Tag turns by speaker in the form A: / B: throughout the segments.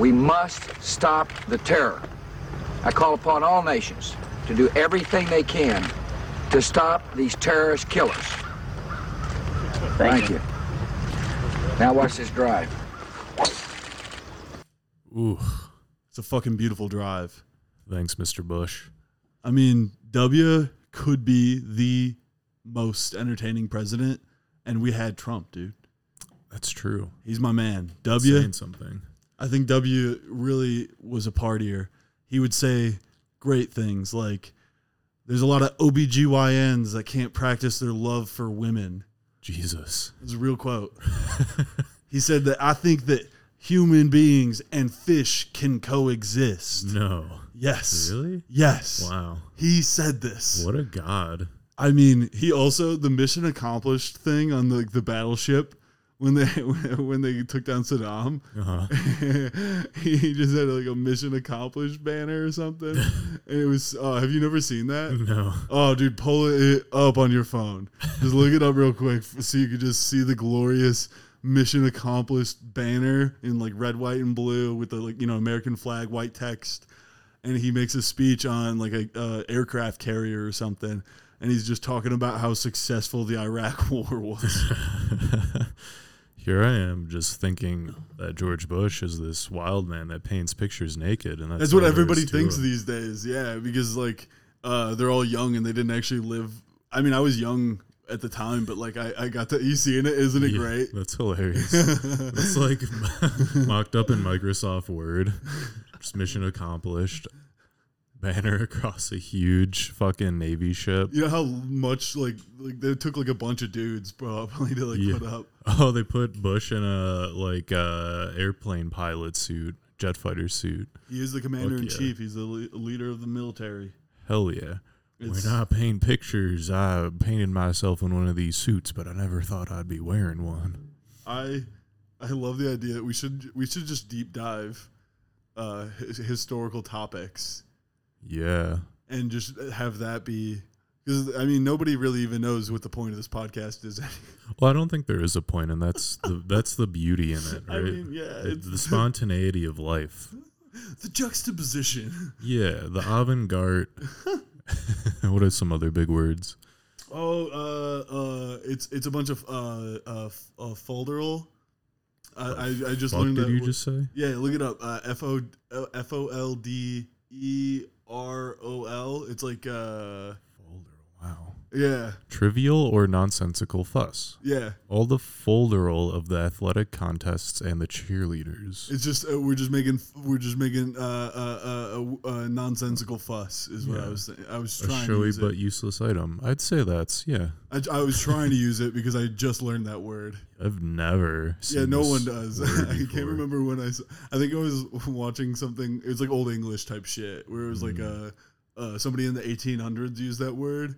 A: We must stop the terror. I call upon all nations to do everything they can to stop these terrorist killers. Thank, you. Now watch this drive.
B: Ooh,
C: It's a fucking beautiful drive.
B: thanks, Mr. Bush.
C: I mean, W could be the most entertaining president, and we had Trump, dude.
B: That's true.
C: He's my man. W.
B: Saying something.
C: I think W really was a partier. He would say great things like there's a lot of OBGYNs that can't practice their love for women.
B: Jesus.
C: It's a real quote. he said that I think that human beings and fish can coexist.
B: No.
C: Yes.
B: Mm-hmm. Really?
C: Yes.
B: Wow.
C: He said this.
B: What a god.
C: I mean, he also the mission accomplished thing on the the battleship when they when they took down Saddam.
B: Uh-huh.
C: he just had like a mission accomplished banner or something, and it was. Oh, have you never seen that?
B: No.
C: Oh, dude, pull it up on your phone. Just look it up real quick so you can just see the glorious mission accomplished banner in like red, white, and blue with the like you know American flag, white text, and he makes a speech on like a uh, aircraft carrier or something, and he's just talking about how successful the Iraq War was.
B: Here I am just thinking that George Bush is this wild man that paints pictures naked and that's,
C: That's what
B: all there
C: everybody
B: is to
C: thinks
B: him.
C: these days, yeah, because like uh, they're all young and they didn't actually live. I mean, I was young at the time, but like I, I got to you seeing it, isn't it
B: Yeah,
C: great?
B: That's hilarious. It's like mocked up in Microsoft Word. Just mission accomplished. Banner across a huge fucking Navy ship.
C: You know how much like like they took like a bunch of dudes probably to like
B: Yeah.
C: put up.
B: Oh, they put Bush in a like uh, airplane pilot suit, jet fighter suit.
C: He is the commander in
B: yeah.
C: chief. He's the le- leader of the military.
B: Hell yeah.
C: It's-
B: when I paint pictures, I painted myself in one of these suits, but I never thought I'd be wearing one.
C: I I love the idea. We should we should just deep dive uh his, historical topics
B: Yeah.
C: and just have that be because I mean nobody really even knows what the point of this podcast is.
B: Well, I don't think there is a point, and that's the that's the beauty in it,
C: I
B: right?
C: mean, yeah,
B: The-
C: it's-
B: the spontaneity of life.
C: the juxtaposition.
B: Yeah, the avant-garde. what are some other big words?
C: Oh, uh, uh, it's it's a bunch of uh, uh, f- uh folderol. I, I, I just
B: Fuck
C: learned
B: did
C: that
B: you
C: wo-
B: just say?
C: Yeah, look it up. Uh, F O L- F O L D E R O L. It's like uh,
B: Folder. Wow.
C: yeah,
B: Trivial or nonsensical fuss.
C: yeah.
B: All the folderol of the athletic contests and the cheerleaders.
C: It's just uh, we're just making we're just making uh, uh, uh, uh, uh, nonsensical fuss is what I
B: Yeah.
C: was saying. I was
B: a
C: trying to
B: showy
C: use
B: but
C: it.
B: useless item. I'd say that's yeah.
C: I, I was trying to use it because I just learned that word.
B: I've never. Seen
C: Yeah, no
B: this
C: one does.
B: word
C: I
B: before.
C: can't remember when I. s- I think I was watching something. It was like old English type shit, where it was like
B: Mm-hmm.
C: uh uh, somebody in the 1800s used that word,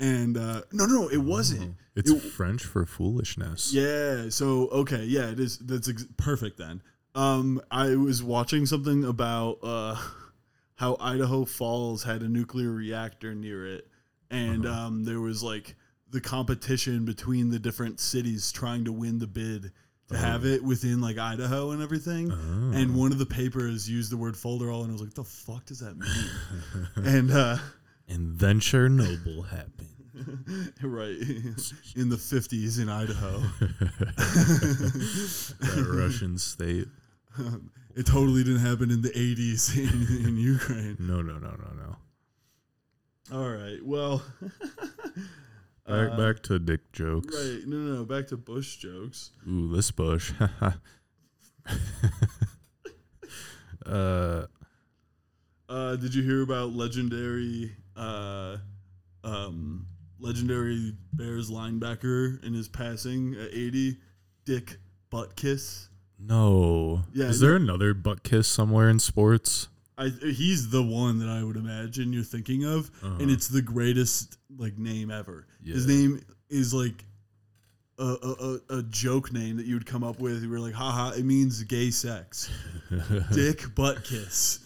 C: and uh, no, no, it wasn't.
B: Uh-huh. It's
C: It-
B: French for foolishness.
C: Yeah. So okay. Yeah. It is. That's ex- perfect then. Um, I was watching something about uh, how Idaho Falls had a nuclear reactor near it, and um, there was like the competition between the different cities trying to win the bid to have it within like Idaho and everything. And one of the papers used the word folderol, and I was like, "The fuck does that mean?" and uh,
B: And then Chernobyl happened.
C: right in the fifties in Idaho.
B: That Russian state.
C: It totally didn't happen in the 80s in, in Ukraine.
B: No, no, no, no, no.
C: All right. Well,
B: Back, back to dick jokes.
C: Uh, right. No, no, no. Back to Bush jokes.
B: Ooh, this bush. uh,
C: Uh, did you hear about legendary, uh, um, legendary Bears linebacker in his passing at 80? Dick Buttkiss.
B: no.
C: Yeah,
B: Is there another butt kiss somewhere in sports?
C: I, he's the one that I would imagine you're thinking of, and it's the greatest like name ever. His
B: Uh-huh. Yeah.
C: name is like a, a, a, a joke name that you would come up with. You were like, haha, it means gay sex, dick butt kiss.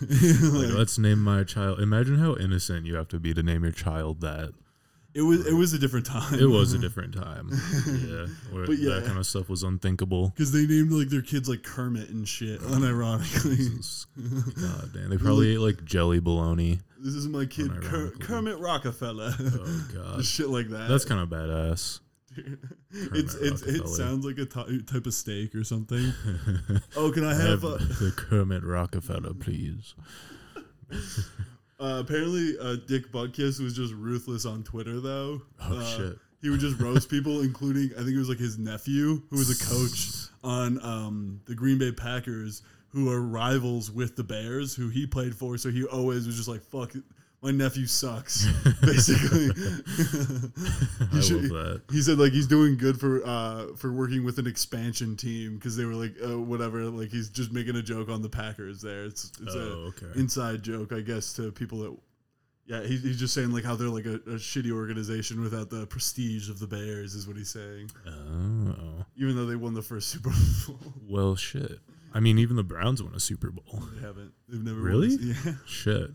B: Like, let's name my child. Imagine how innocent you have to be to name your child that.
C: It was it was a different time.
B: It was a different time. Yeah. Where
C: But yeah.
B: That kind of stuff was unthinkable.
C: because they named like their kids like Kermit and shit. Unironically,
B: Jesus. God damn. They probably ate like jelly bologna.
C: this is my kid Ker-
B: Unironically.
C: Kermit Rockefeller.
B: Oh, God.
C: Just shit like that.
B: That's kind of badass.
C: it's
B: Kermit
C: it's it
B: Rockefeller.
C: sounds like a ty- type of steak or something. oh, can I
B: Have
C: have? Uh,
B: the Kermit Rockefeller, please.
C: uh, apparently, uh, Dick Butkus was just ruthless on Twitter though.
B: Oh,
C: Uh,
B: shit.
C: He would just roast people, including I think it was like his nephew, who was a coach on um, the Green Bay Packers, who are rivals with the Bears, who he played for. So he always was just like, "Fuck, my nephew sucks." Basically,
B: I love that.
C: He said like he's doing good for uh, for working with an expansion team because they were like uh, whatever. Like he's just making a joke on the Packers. There, it's it's
B: Oh,
C: a
B: okay.
C: inside joke, I guess, to people that yeah, he, he's just saying like how they're like a, a shitty organization without the prestige of the Bears is what he's saying.
B: Oh.
C: Even though they won the first Super Bowl,
B: Well, shit. I mean, even the Browns won a Super Bowl.
C: they haven't. They've never
B: Really?
C: Won a- yeah.
B: Shit.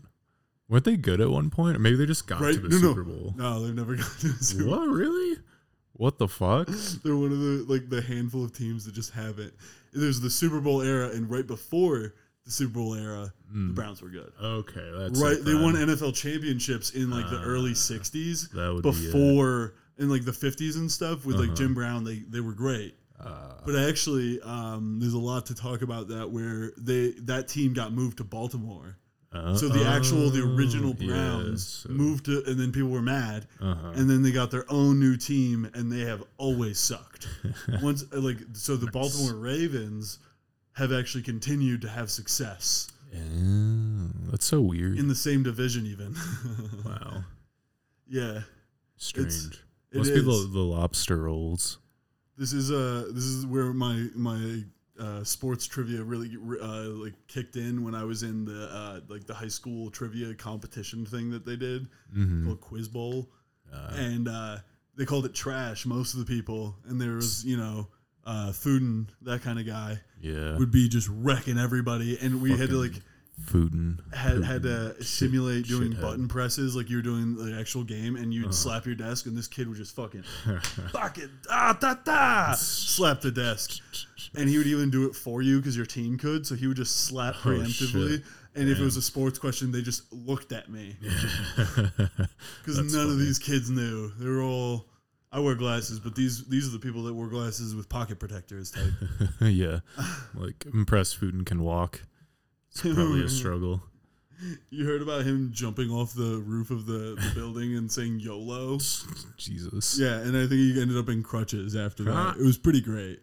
B: Weren't they good at one point? Or maybe they just got
C: Right?
B: to the
C: No, no,
B: Super Bowl.
C: no. They've never gotten to a Super. Bowl.
B: What? Really? What the fuck?
C: They're one of the like the handful of teams that just haven't. There's the Super Bowl era, and right before the Super Bowl era,
B: Hmm.
C: the Browns were good.
B: Okay, that's
C: right,
B: it
C: they
B: then.
C: won NFL championships in like the early '60s.
B: that would be it. Uh-huh.
C: before in like the '50s and stuff with like Jim Brown. They they were great.
B: Ah.
C: but actually, um, there's a lot to talk about that where they that team got moved to Baltimore.
B: Uh,
C: So the actual, the original
B: oh, yeah,
C: Browns
B: so- Uh-huh.
C: moved to, and then people were mad, and then they got their own new team, and they have always sucked. Once, uh, like, so the Baltimore Ravens have actually continued to have success
B: Oh, that's so weird.
C: in the same division, even.
B: wow,
C: yeah,
B: strange.
C: it
B: Must be the,
C: is.
B: the lobster rolls.
C: this is uh this is where my my uh, sports trivia really uh, like kicked in when I was in the uh, like the high school trivia competition thing that they did called Quiz Bowl, and uh, they called it trash. Most of the people, and there was you know uh, food and that kind of guy
B: Yeah,
C: would be just wrecking everybody, and we had to like
B: Fucking foodin.
C: had had to simulate doing
B: shithead.
C: button presses like you were doing the actual game, and you'd slap your desk, and this kid would just fucking, fucking ah da da, slap the desk, and he would even do it for you because your team could. So he would just slap preemptively,
B: shit.
C: and if it was a sports question, they just looked at me because none of these kids knew. They were all. I wear glasses, but these these are the people that wore glasses with pocket protectors type.
B: yeah, like impressed foodin can walk. It's probably a struggle.
C: you heard about him jumping off the roof of the, the building and saying YOLO?
B: Jesus.
C: Yeah, and I think he ended up in crutches after that. It was pretty great.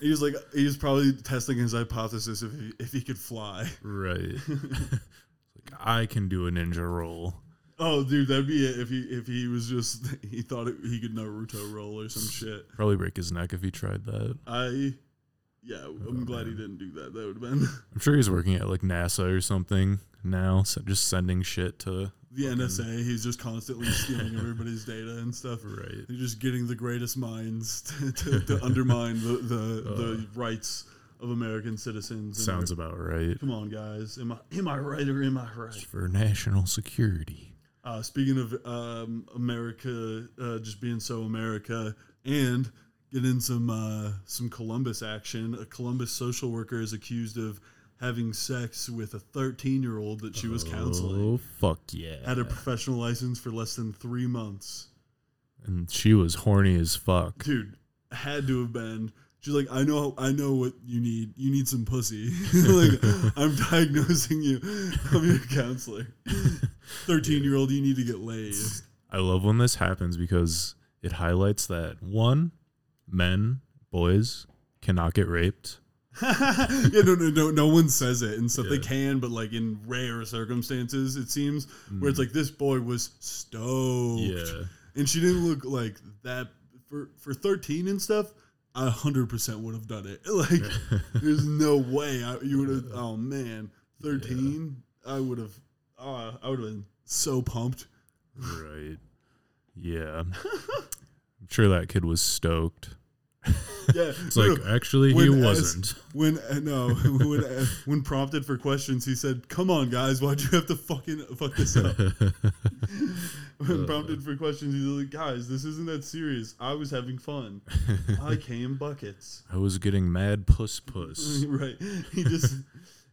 C: he was like, he was probably testing his hypothesis if he, if he could fly.
B: Right. like I can do a ninja roll.
C: Oh, dude, that'd be it if he if he was just he thought it, he could Naruto roll or some shit.
B: Probably break his neck if he tried that.
C: I, yeah,
B: Oh,
C: I'm glad he didn't do that. That would have been
B: I'm sure he's working at like NASA or something now, so just sending shit to
C: the NSA. He's just constantly stealing everybody's data and stuff.
B: Right.
C: They're just getting the greatest minds to, to, to undermine the the, the rights of American citizens. and
B: Uh. sounds about right
C: Come on, guys. Am I am I right or am I right?
B: for national security.
C: Uh, speaking of um, America, uh, just being so America, and get in some uh, some Columbus action. A Columbus social worker is accused of having sex with a 13 year old that she was counseling.
B: Oh fuck yeah!
C: Had a professional license for less than three months.
B: And she was horny as fuck.
C: Dude, had to have been. She's like, I know, I know what you need. You need some pussy. like, I'm diagnosing you. I'm your counselor. Thirteen year old, you need to get laid.
B: I love when this happens because it highlights that one, men, boys cannot get raped.
C: yeah, no, no, no, no one says it and stuff. They can, but like in rare circumstances, it seems where it's like this boy was stoked,
B: Mm. Yeah.
C: and she didn't look like that for for thirteen and stuff. I hundred percent would have done it. Like, there's no way I, you would have. Oh man, thirteen, I would have. Uh, I would have been so pumped.
B: Right. Yeah. I'm sure that kid was stoked.
C: Yeah,
B: It's like actually he
C: When as-
B: wasn't.
C: When uh, no, when uh, when prompted for questions, he said, "Come on, guys, why'd you have to fucking fuck this up?" When prompted for questions, he's like, "Guys, this isn't that serious. I was having fun. I came buckets."
B: I was getting mad puss puss.
C: right. He just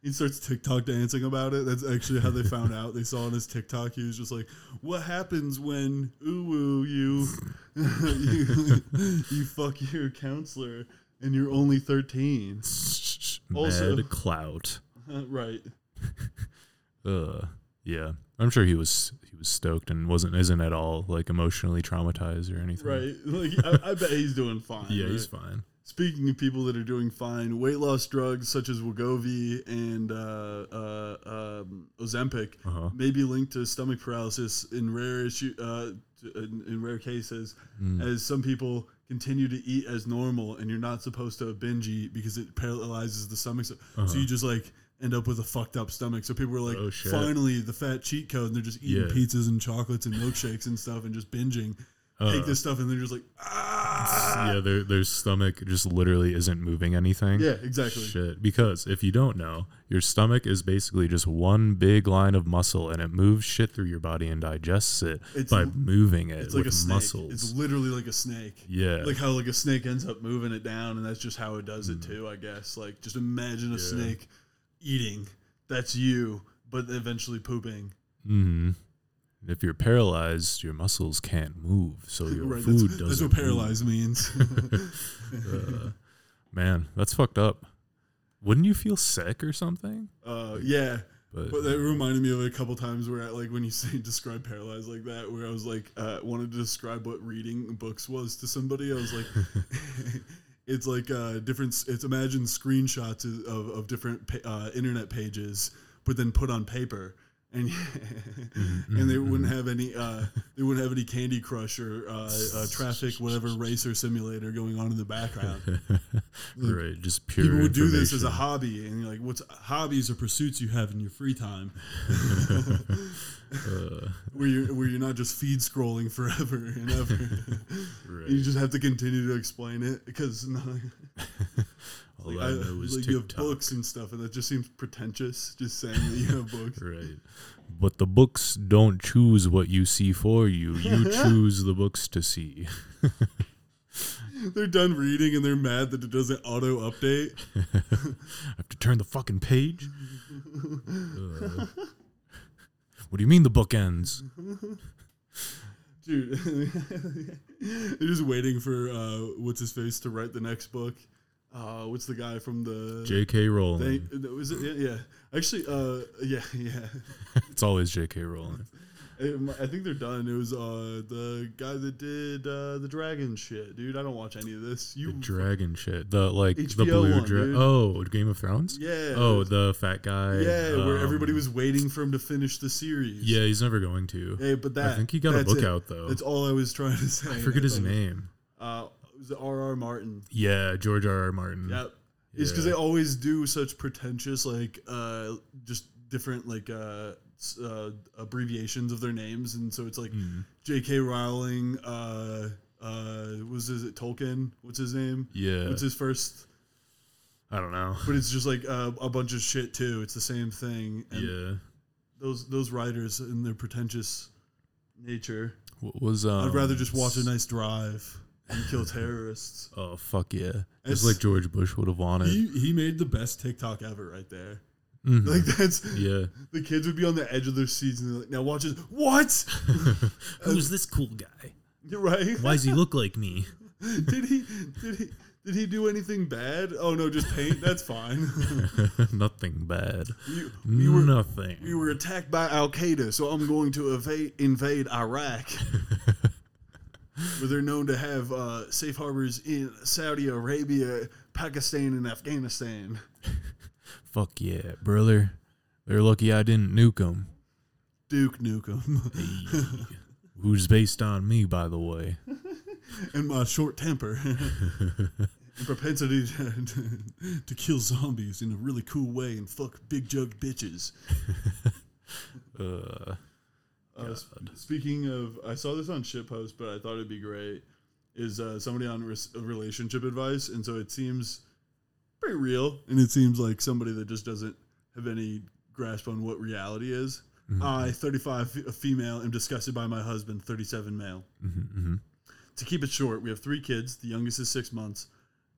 C: he starts TikTok dancing about it. That's actually how they found out. They saw on his TikTok he was just like, "What happens when ooh ooh you you, you fuck your counselor and you're only 13?" Also-
B: mad clout.
C: right.
B: Uh, yeah. I'm sure he was he was stoked and wasn't isn't at all like emotionally traumatized or anything.
C: Right. Like I, I bet he's doing fine.
B: Yeah,
C: right?
B: he's fine.
C: Speaking of people that are doing fine, weight loss drugs such as Wegovy and uh, uh, um, Ozempic
B: Uh-huh.
C: may be linked to stomach paralysis in rare issue, uh, t- in, in rare cases,
B: Mm.
C: as some people continue to eat as normal, and you're not supposed to binge eat because it paralyzes the stomach. So, so you just like end up with a fucked up stomach. So people were like,
B: Uh-huh. Oh, shit.
C: finally, the fat cheat code, and they're just eating
B: Yeah.
C: pizzas and chocolates and milkshakes and stuff, and just binging. Take
B: Uh.
C: this stuff, and they're just like, ah.
B: yeah, their their stomach just literally isn't moving anything.
C: Yeah, exactly.
B: Shit. Because if you don't know, your stomach is basically just one big line of muscle and it moves shit through your body and digests it
C: It's
B: by
C: l-
B: moving it
C: It's
B: with
C: like a snake.
B: muscles.
C: It's literally like a snake.
B: yeah.
C: Like how like a snake ends up moving it down, and that's just how it does
B: Mm.
C: it too. I guess. Like just imagine a snake eating. That's you, but eventually pooping.
B: hmm If you're paralyzed, your muscles can't move, so your
C: Right.
B: food
C: That's, that's
B: doesn't
C: what paralyzed means.
B: move. Man, that's fucked up. Wouldn't you feel sick or something?
C: uh, yeah.
B: But,
C: But that reminded me of it a couple times where, I, like, when you say describe paralyzed like that, where I was like, uh, wanted to describe what reading books was to somebody. I was like, it's like uh, different. s- It's imagine screenshots of, of different pa- uh, internet pages, but then put on paper, and and they wouldn't have any. Uh, they wouldn't have any Candy Crush or uh, uh, traffic, whatever racer simulator going on in the background
B: right, just pure.
C: people would do this as a
B: information.
C: hobby and you're like what's hobbies or pursuits you have in your free time where you're where you're not just feed scrolling forever and ever you just have to continue to explain it because no,
B: All
C: like,
B: I
C: I-
B: know is
C: like you have
B: TikTok.
C: books and stuff and that just seems pretentious just saying that you have books
B: Right. But the books don't choose what you see for you. You choose the books to see.
C: they're done reading and they're mad that it doesn't auto update
B: I have to turn the fucking page. Uh, what do you mean the book ends?
C: dude they're just waiting for uh, what's his face to write the next book uh, what's the guy from the
B: J.K.
C: They,
B: Rowling.
C: that was it, yeah, yeah. Actually, uh, yeah, yeah.
B: it's always J.K. Rowling.
C: Um, I think they're done. It was uh the guy that did uh the dragon shit, dude. I don't watch any of this. You,
B: Dragon shit. The like the
C: HBO
B: blue
C: one,
B: dragon.
C: dude.
B: Oh, Game of Thrones.
C: Yeah.
B: Oh, the fat guy.
C: yeah, where
B: um,
C: everybody was waiting for him to finish the series.
B: Yeah, he's never going to.
C: Hey, but that
B: I think he got a
C: that's
B: book
C: it.
B: out though.
C: That's all I was trying to say.
B: I forget his
C: thought it was-
B: name.
C: Uh, it was R.R. Martin.
B: Yeah, George R. R. Martin.
C: Yep. It's because
B: Yeah.
C: they always do such pretentious, like, uh, just different, like, uh, s- uh, abbreviations of their names, and so it's like J.K. Rowling. Uh, uh, was is it Tolkien? What's his name?
B: Yeah.
C: What's his first?
B: I don't know.
C: But it's just like uh, a bunch of shit too. It's the same thing. And
B: Yeah.
C: Those those writers and their pretentious nature.
B: What was um,
C: I'd rather just watch a nice drive and kill terrorists.
B: Oh fuck yeah!
C: It's-
B: It's like George Bush would have wanted.
C: He he made the best TikTok ever right there.
B: Mhm.
C: Like that's
B: yeah.
C: The kids would be on the edge of their seats and they're like, now watch this. What?
B: Who's this cool guy?
C: You're right.
B: does he look like me?
C: Did he did he did he do anything bad? Oh no, just paint. That's fine.
B: Nothing bad.
C: We, we were
B: Nothing.
C: we were attacked by Al Qaeda, so I'm going to evade, invade Iraq. Where they're known to have uh, safe harbors in Saudi Arabia, Pakistan, and Afghanistan.
B: Fuck yeah, brother. They're lucky I didn't nuke him.
C: Duke Nukem
B: Who's based on me, by the way.
C: and my short temper and propensity to, to, to kill zombies in a really cool way and fuck big jug bitches.
B: Uh,
C: Uh, s- speaking of, I saw this on Shitpost, but I thought it'd be great. Is uh, somebody on res- relationship advice, and so it seems pretty real, and it seems like somebody that just doesn't have any grasp on what reality is. I, 35, f- a female, am disgusted by my husband, 37, male. To keep it short, we have three kids. The youngest is six months,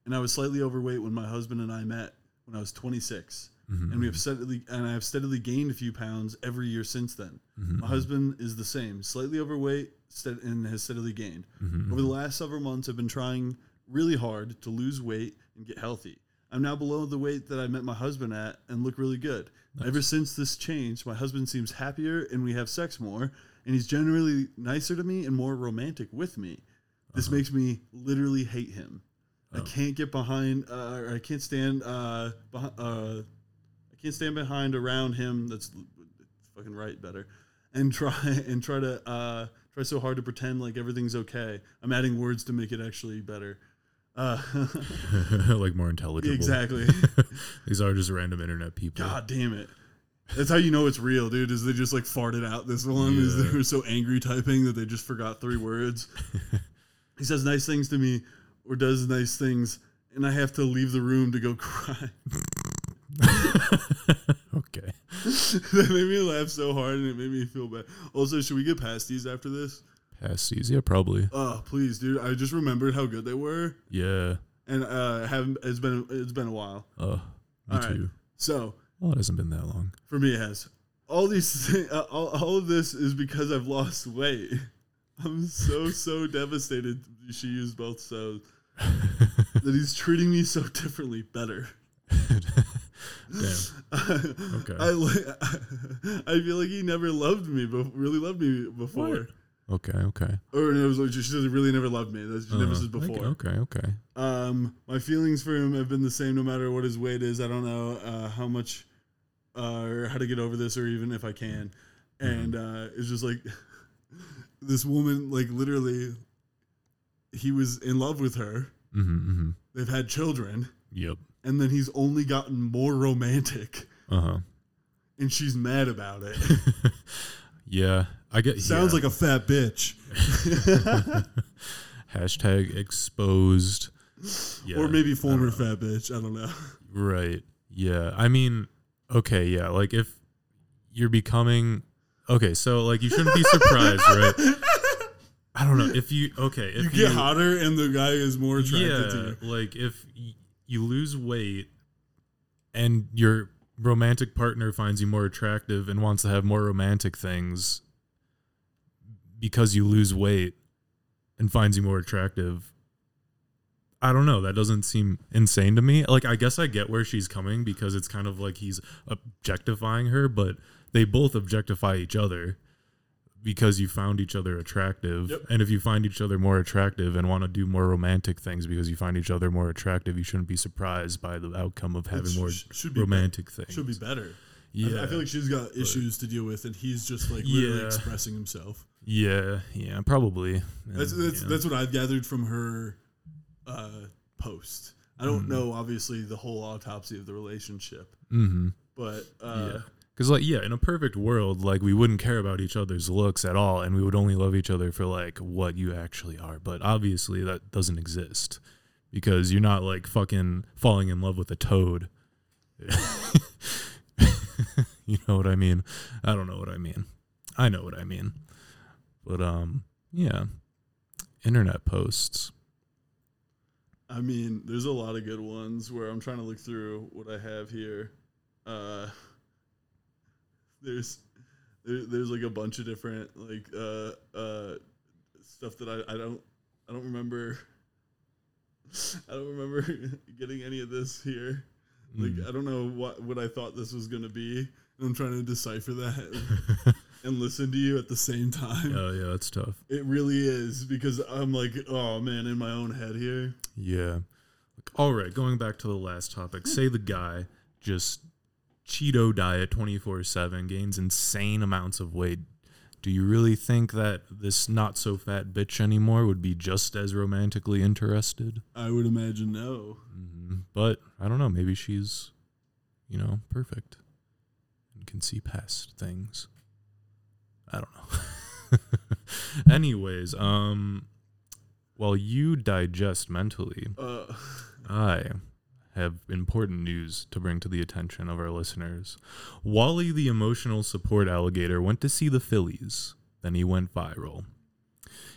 C: and I was slightly overweight when my husband and I met when I was 26,
B: Mm-hmm.
C: and we have steadily and I have steadily gained a few pounds every year since then.
B: mm-hmm.
C: My husband is the same, slightly overweight, stead- and has steadily gained.
B: Mm-hmm.
C: Over the last several months, I've been trying really hard to lose weight and get healthy. I'm now below the weight that I met my husband at and look really good. Ever since this change, my husband seems happier and we have sex more, and he's generally nicer to me and more romantic with me. This makes me literally hate him. I can't get behind, uh, or I can't stand, uh, behi- uh, I can't stand behind around him. That's l- fucking right, better. And try and try to uh, try so hard to pretend like everything's okay. I'm adding words to make it actually better. Uh,
B: like more intelligible.
C: Exactly.
B: These are just random internet people.
C: God damn it. That's how you know it's real, dude. Is they just like farted out this one? Is they were so angry typing that they just forgot three words. he says nice things to me, or does nice things, and I have to leave the room to go cry.
B: Okay.
C: that made me laugh so hard, and it made me feel bad. Also, should we get pasties after this?
B: Pasties. Yeah, probably.
C: Oh, please, dude. I just remembered how good they were,
B: Yeah.
C: and uh, haven't. It's been it's been a while.
B: Uh, me
C: All right.
B: too.
C: So
B: Well, it hasn't been that long.
C: for me it has all these thi- uh, all, all of this is because i've lost weight i'm so so devastated she used both so that he's treating me so differently better
B: Damn. Okay.
C: I, li- I feel like he never loved me but really loved me before
B: Okay. Okay.
C: or no, it was like she said really never loved me that's she never
B: Uh,
C: said
B: like,
C: before
B: Okay. Okay.
C: Um, my feelings for him have been the same no matter what his weight is. I don't know uh, how much uh, or how to get over this or even if I can. And uh, it's just like this woman, like literally, he was in love with her.
B: hmm hmm
C: They've had children,
B: Yep.
C: and then he's only gotten more romantic,
B: Uh huh.
C: and she's mad about it.
B: Yeah. I get.
C: Sounds
B: yeah.
C: like a fat bitch,
B: hashtag exposed. Yeah.
C: or maybe former fat bitch. I don't know.
B: Right. Yeah. I mean, okay. Yeah. Like if you're becoming, okay. So like you shouldn't be surprised, right? I don't know if you. Okay. If
C: You get hotter, and the guy is more attracted to you.
B: yeah, like if y- you lose weight and your romantic partner finds you more attractive and wants to have more romantic things because you lose weight and finds you more attractive. I don't know. That doesn't seem insane to me. Like, I guess I get where she's coming because it's kind of like he's objectifying her, but they both objectify each other because you found each other attractive.
C: Yep.
B: And if you find each other more attractive and want to do more romantic things because you find each other more attractive, you shouldn't be surprised by the outcome of having
C: sh-
B: more
C: sh- should be
B: romantic things.
C: Should be better. I,
B: Yeah.
C: I feel like she's got issues to deal with, and he's just like literally
B: Yeah.
C: expressing himself.
B: yeah. Yeah. Probably.
C: That's
B: And,
C: that's
B: yeah.
C: that's what I've gathered from her uh, post. I don't
B: Mm-hmm.
C: know, obviously, the whole autopsy of the relationship,
B: Mhm.
C: but uh,
B: yeah. Because, like, yeah, in a perfect world, like, we wouldn't care about each other's looks at all, and we would only love each other for, like, what you actually are. But obviously, that doesn't exist because you're not, like, fucking falling in love with a toad. you know what I mean? I don't know what I mean. I know what I mean. But, um, yeah. Internet posts.
C: I mean, there's a lot of good ones where I'm trying to look through what I have here. Uh, there's there, there's like a bunch of different like uh, uh, stuff that I, I don't I don't remember I don't remember getting any of this here. Like I don't know what what I thought this was gonna be, and I'm trying to decipher that and listen to you at the same time.
B: Oh, yeah, that's tough.
C: It really is because I'm like, oh man, in my own head here.
B: Yeah. All right, going back to the last topic. Say the guy just Cheeto diet 24/7 gains insane amounts of weight. Do you really think that this not so fat bitch anymore would be just as romantically interested?
C: I would imagine no.
B: But I don't know, maybe she's you know, perfect and can see past things. I don't know. Anyways, um while you digest mentally,
C: Uh,
B: I have important news to bring to the attention of our listeners. Wally, the emotional support alligator, went to see the Phillies. Then he went viral.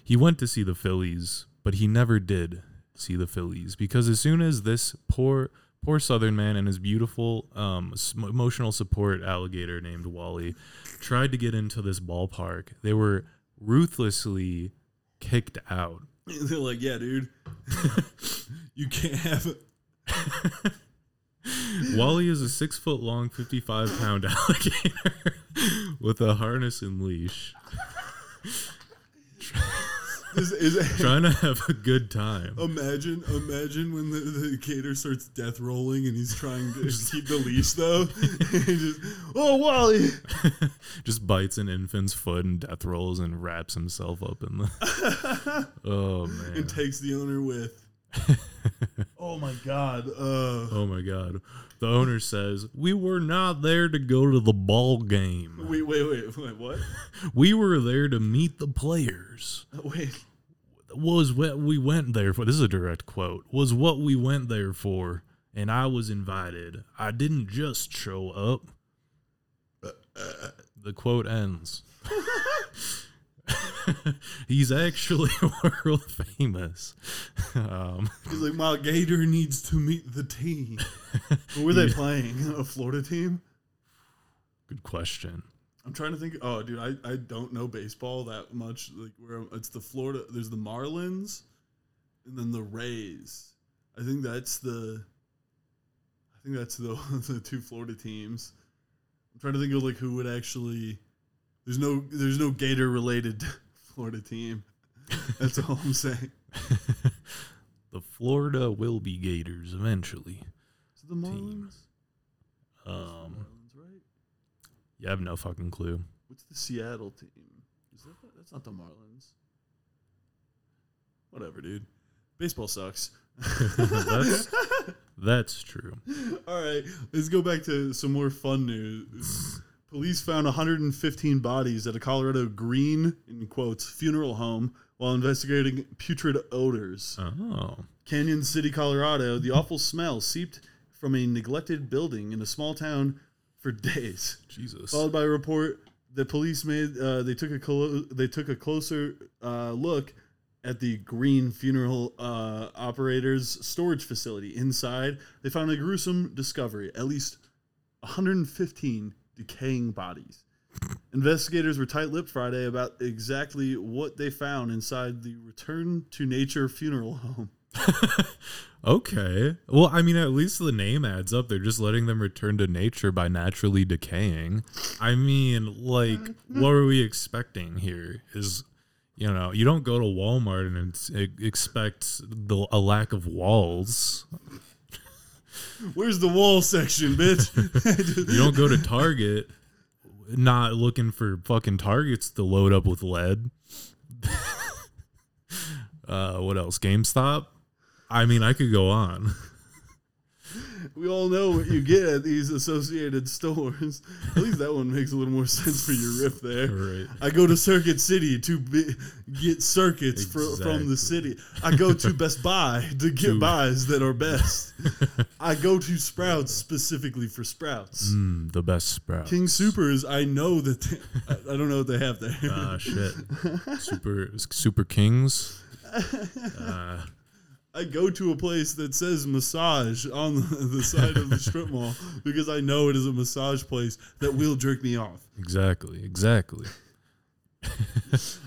B: He went to see the Phillies, but he never did see the Phillies because as soon as this poor poor Southern man and his beautiful um, s- emotional support alligator named Wally tried to get into this ballpark, they were ruthlessly kicked out.
C: They're like, yeah, dude, you can't have. it."
B: Wally is a six foot long, 55 pound alligator with a harness and leash,
C: This is-
B: trying to have a good time.
C: imagine, imagine when the, the cater starts death rolling and he's trying to keep the leash though. And just, oh, Wally!
B: Just bites an infant's foot and death rolls and wraps himself up in the. oh, man.
C: And takes the owner with. oh my God! Uh,
B: Oh, my God. The owner says, We were not there to go to the ball game.
C: wait, wait, wait, wait, what?
B: We were there to meet the players.
C: Wait,
B: was what we went there for. This is a direct quote. Was what we went there for, and I was invited. I didn't just show up. The quote ends. He's actually world famous. Um,
C: he's like, my gator needs to meet the team. Who were they playing? A Florida team?
B: good question.
C: I'm trying to think. Oh, dude, I, I don't know baseball that much. Like where it's the Florida. There's the Marlins, and then the Rays. I think that's the. I think that's the the two Florida teams. I'm trying to think of like who would actually. There's no there's no Gator related Florida team. That's all I'm saying.
B: The Florida will be Gators eventually.
C: Is it the Marlins?
B: Um,
C: Marlins, right?
B: yeah, I have no fucking clue.
C: What's the Seattle team? Is that the- that's not the Marlins? Whatever, dude. Baseball sucks.
B: that's that's true.
C: All right, let's go back to some more fun news. Police found 115 bodies at a Colorado Green in quotes funeral home while investigating putrid odors.
B: Oh,
C: Canyon City, Colorado, the awful smell seeped from a neglected building in a small town for days
B: Jesus.
C: followed by a report the police made uh, they took a clo- they took a closer uh, look at the green funeral uh, operator's storage facility inside they found a gruesome discovery at least 115 decaying bodies investigators were tight-lipped friday about exactly what they found inside the return to nature funeral home
B: Okay. Well, I mean, at least the name adds up. They're just letting them return to nature by naturally decaying. I mean, like, what were we expecting here? Is, you know, you don't go to Walmart and it's- e- expect the, a lack of walls.
C: where's the wall section bitch
B: You don't go to Target not looking for fucking targets to load up with lead. uh, what else? GameStop? I mean, I could go on.
C: We all know what you get at these associated stores. At least that one makes a little more sense for your riff there.
B: Right.
C: I go to Circuit City to be, get circuits fro- from
B: Exactly.
C: the city. I go to Best Buy to get buys that are best. I go to Sprouts specifically for Sprouts.
B: Mm, the best sprout.
C: King Supers, I know that they, I, I don't know what they have there.
B: Ah, shit. Super Super Kings. Uh,
C: I go to a place that says massage on the, the side of the strip mall because I know it is a massage place that will jerk me off.
B: exactly, exactly.
C: I,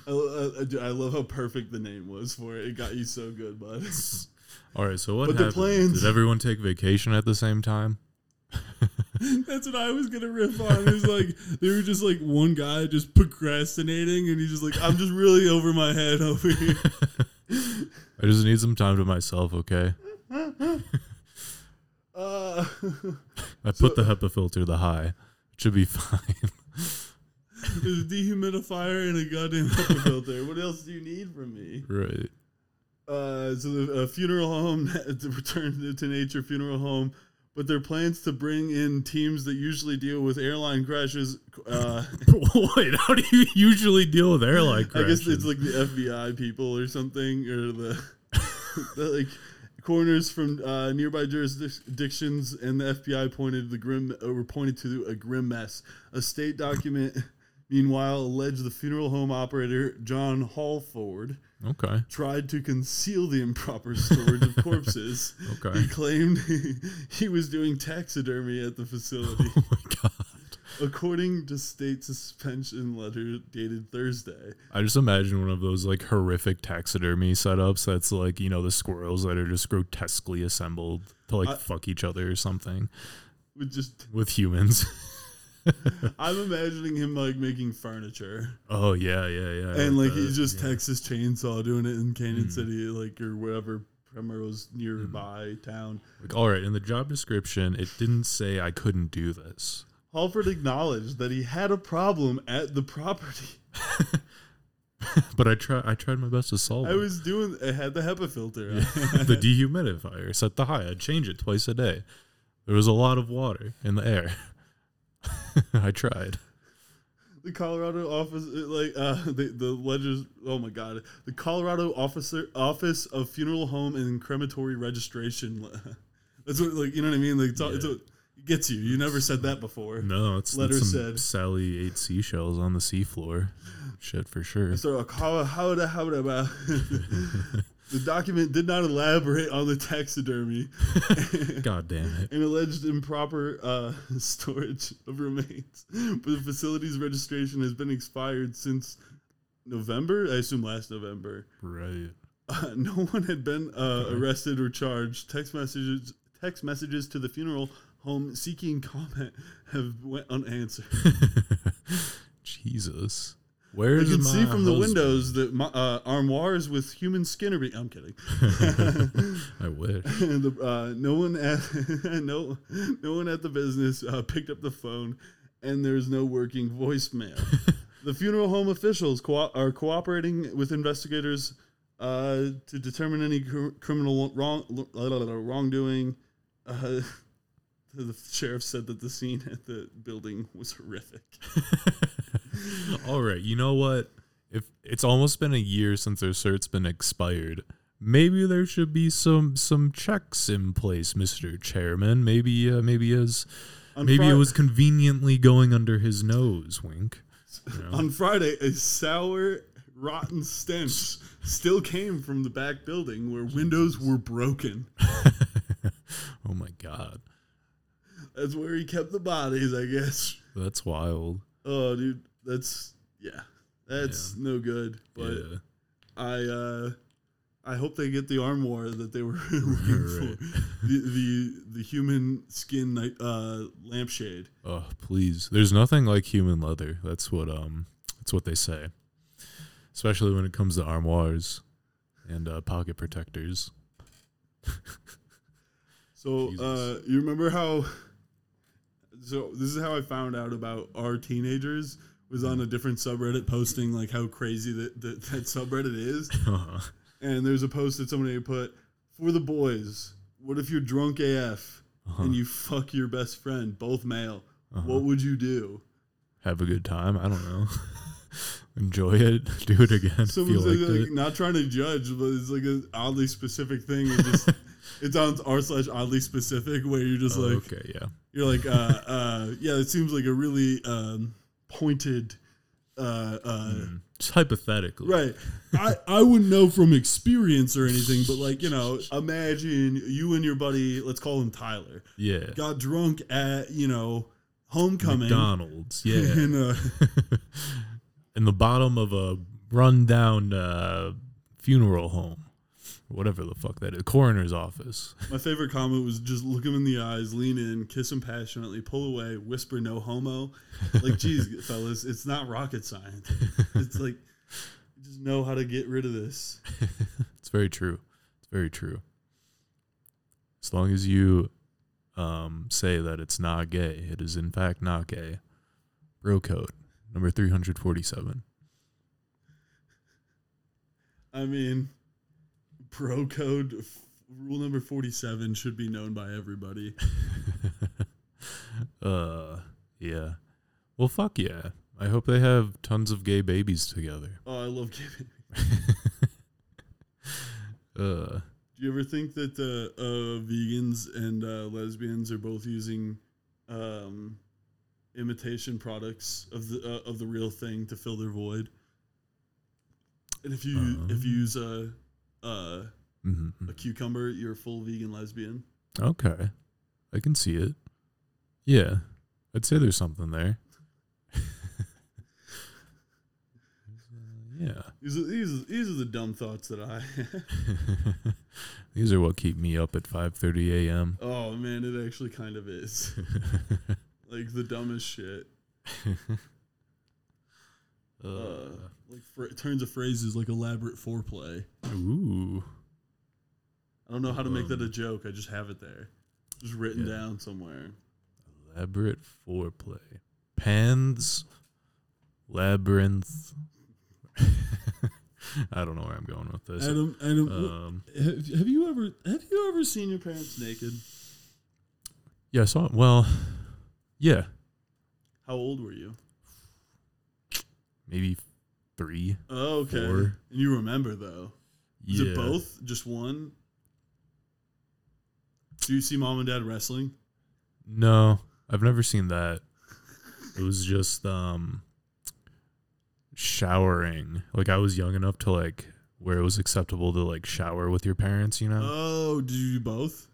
C: I, I do- I love how perfect the name was for it. It got you so good, bud.
B: All right, so what
C: But the
B: happened?
C: plans-
B: Did everyone take vacation at the same time?
C: That's what I was gonna riff on. It was like they were just like one guy just procrastinating, and he's just like, "I'm just really over my head over here."
B: I just need some time to myself, okay?
C: Uh,
B: I put the HEPA filter to high. It should be fine.
C: there's a dehumidifier and a goddamn pepper filter. What else do you need from me?
B: right.
C: Uh, so the uh, funeral home, the return to- to nature funeral home, but their plans to bring in teams that usually deal with airline crashes. Uh,
B: Wait, how do you usually deal with airline
C: I guess
B: crashes?
C: it's like the FBI people or something, or the, the like Corners from uh, nearby jurisdictions and the FBI pointed the grim uh, were pointed to a grim mess. A state document, meanwhile, alleged the funeral home operator John Hallford
B: Okay.
C: tried to conceal the improper storage of corpses.
B: Okay.
C: He claimed he was doing taxidermy at the facility,
B: Oh my god.
C: according to state suspension letter dated Thursday.
B: I just imagine one of those like horrific taxidermy setups that's like, you know, the squirrels that are just grotesquely assembled to like
C: I-
B: fuck each other or something
C: With just,
B: with humans.
C: I'm imagining him like making furniture,
B: oh yeah, yeah, yeah. Hmm. I
C: and like
B: that.
C: he's just Texas Chainsaw doing it in Canyon City, like or wherever Primrose nearby
B: Hmm.
C: town.
B: Like, all right, in the job description, it didn't say I couldn't do this.
C: Halford acknowledged that he had a problem at the property.
B: But I try I tried my best to solve
C: I
B: it.
C: was doing, I had the HEPA filter. on.
B: the dehumidifier set the high. I'd change it twice a day. There was a lot of water in the air. I tried.
C: The Colorado office, uh, like uh, the the ledgers. Oh my God! The Colorado officer office of funeral home and crematory registration. That's what, like, you know what I mean? Like, it's, all- it's
B: Yeah.
C: what it gets you. You never said that before.
B: No, it's
C: Letter
B: that's some
C: said.
B: Sally ate seashells on the seafloor. Shit for sure.
C: So how how da- how da- about the document did not elaborate on the taxidermy
B: God damn it.
C: and alleged improper uh, storage of remains, but the facility's registration has been expired since November. I assume last November.
B: Right.
C: Uh, no one had been uh, arrested or charged. Text messages, text messages to the funeral home seeking comment have went unanswered.
B: Jesus. Where
C: You
B: is
C: can
B: my
C: see from the
B: husband?
C: windows that my, uh, armoires with human skin are. Be- I'm kidding.
B: I wish.
C: the, uh, no one at no no one at the business uh, picked up the phone, and there's no working voicemail. the funeral home officials co- are cooperating with investigators uh, to determine any cr- criminal wrong la- la- la- la- wrongdoing. Uh, the sheriff said that the scene at the building was horrific.
B: All right, you know what? If it's almost been a year since their cert's been expired, maybe there should be some some checks in place, Mister Chairman. Maybe uh, maybe as
C: On
B: maybe it
C: Fri-
B: was conveniently going under his nose. Wink.
C: On Friday, a sour, rotten stench still came from the back building where windows were broken.
B: Oh my God,
C: That's where he kept the bodies, I guess.
B: that's wild.
C: Oh, dude, that's yeah, that's no good. But
B: yeah.
C: I, uh, I hope they get the armoire that they were looking
B: Right.
C: for. The, the the human skin like, uh, lampshade.
B: Oh please, there's nothing like human leather. That's what um, that's what they say. Especially when it comes to armoires and uh, pocket protectors.
C: So
B: Jesus.
C: uh, you remember how? So this is how I found out about our teenagers was
B: Mm-hmm.
C: on a different subreddit posting like how crazy that that, that subreddit is.
B: Uh-huh.
C: and there's a post that somebody put for the boys. What if you're drunk AF and you fuck your best friend, both male? What would you do?
B: have a good time. I don't know. Enjoy it. Do it again. if you
C: Someone's like,
B: liked
C: like,
B: it.
C: not trying to judge, but it's like an oddly specific thing. It just, it's on r slash oddly specific where you're just like
B: Oh, okay, yeah.
C: you're like uh, uh, yeah, it seems like a really um, pointed. Uh, uh,
B: Just hypothetically.
C: Right. I, I wouldn't know from experience or anything, but like, you know, imagine you and your buddy, let's call him Tyler.
B: Yeah.
C: got drunk at you know homecoming
B: McDonald's. Yeah.
C: and uh,
B: In the bottom of a rundown uh, funeral home. Whatever the fuck that is. Coroner's office.
C: my favorite comment was just look him in the eyes lean in kiss him passionately pull away whisper no homo like geez fellas it's not rocket science it's like you just know how to get rid of this
B: It's very true. It's very true. As long as you um, say that it's not gay, it is in fact not gay. Bro code number 347.
C: i mean pro code f- rule number 47 should be known by everybody
B: Uh, yeah. Well, fuck yeah. I hope they have tons of gay babies together.
C: oh i love giving do
B: Uh,
C: you Do you ever think that uh, uh, vegans and uh, lesbians are both using um, imitation products of the uh, of the real thing to fill their void? And if you
B: Uh-huh.
C: if you use a, a
B: hmm
C: a cucumber, you're a full vegan lesbian.
B: Okay. I can see it. Yeah. I'd say there's something there. yeah.
C: These are, these are, these are the dumb thoughts that I.
B: These are what keep me up at 5:30 a.m.
C: oh man, it actually kind of is like the dumbest shit. Uh, like fra turns of phrases like elaborate foreplay.
B: Ooh.
C: I don't know how to make that a
B: Um,
C: joke. I just have it there, just written
B: yeah.
C: down somewhere.
B: Elaborate foreplay. Pans labyrinth. I don't know where I'm going with this.
C: Adam, Adam, wh-
B: Um,
C: have, have you ever have you ever seen your parents naked?
B: yeah, I saw it. Well, yeah,
C: How old were you?
B: maybe three.
C: Oh, okay.
B: Four.
C: And you remember though? Is
B: yeah.
C: it both? Just one? Do you see mom and dad wrestling?
B: No, I've never seen that. It was just um showering. Like I was young enough to like where it was acceptable to like shower with your parents, you know?
C: Oh, do you do both?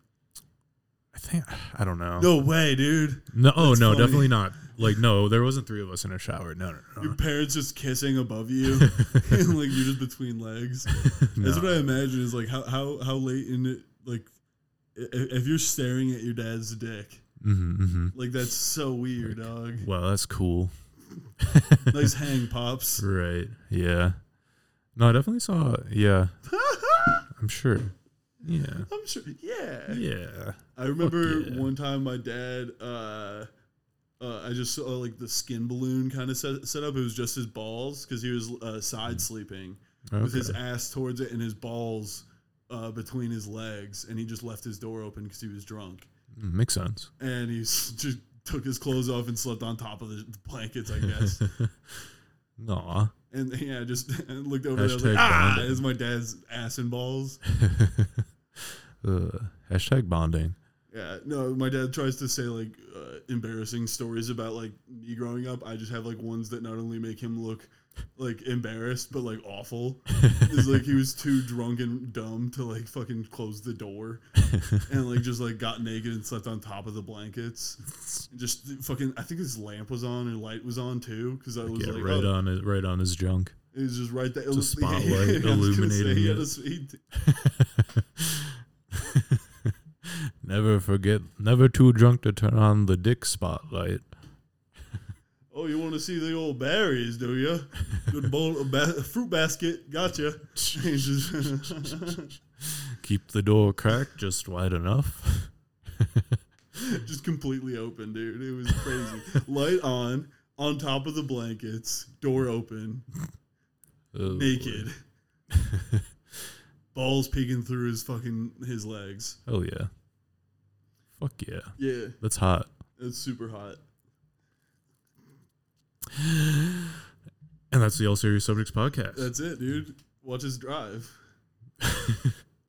B: I think I don't know.
C: No way, dude.
B: No, oh
C: that's
B: no,
C: funny.
B: definitely not. Like no, there wasn't three of us in a shower. No, no, no.
C: Your
B: no.
C: parents just kissing above you, like you're just between legs. That's
B: No.
C: what I imagine. Is like how how how late in it? Like i- i- if you're staring at your dad's dick,
B: Mhm, mhm.
C: like that's so weird, dog.
B: Wow, that's cool.
C: Nice hang, pops.
B: Right. Yeah. No, I definitely saw yeah. I'm sure. Yeah.
C: I'm sure. Yeah.
B: Yeah.
C: I remember
B: yeah.
C: one time my dad. uh uh, I just saw like the skin balloon kind of set, set up. It was just his balls because he was uh, side
B: Mm.
C: sleeping with
B: Okay.
C: his ass towards it and his balls uh, between his legs, and he just left his door open because he was drunk.
B: Mm, Makes sense.
C: and he s- just took his clothes off and slept on top of the blankets, I guess.
B: Aw.
C: and yeah, just and looked over there, I was
B: Hashtag
C: like, ah,
B: bonding.
C: it's my dad's ass and balls.
B: uh, hashtag bonding.
C: Yeah, no, my dad tries to say like uh, embarrassing stories about like me growing up. I just have like ones that not only make him look like embarrassed but like awful. it's like he was too drunk and dumb to like fucking close the door and like just like got naked and slept on top of the blankets. And just fucking, I think his lamp was on and light was on too because I was
B: Yeah,
C: like,
B: right
C: oh,
B: on his right on his junk.
C: it was just right there. It
B: a
C: was- yeah,
B: spotlight
C: I was gonna
B: illuminating
C: he had
B: it.
C: a s- he-
B: never forget. Never too drunk to turn on the dick spotlight.
C: Oh, you want to see the old berries, do you? Good bowl of ba- fruit basket, gotcha. And just,
B: Keep the door cracked just wide enough.
C: just completely open, dude. It was crazy. Light on, on top of the blankets, door open,
B: Oh,
C: naked, balls peeking through his fucking his legs.
B: Hell Oh, yeah. Fuck yeah.
C: Yeah,
B: That's hot.
C: it's super hot.
B: And that's the All Serious Subjects podcast.
C: That's it, dude. Watch us drive.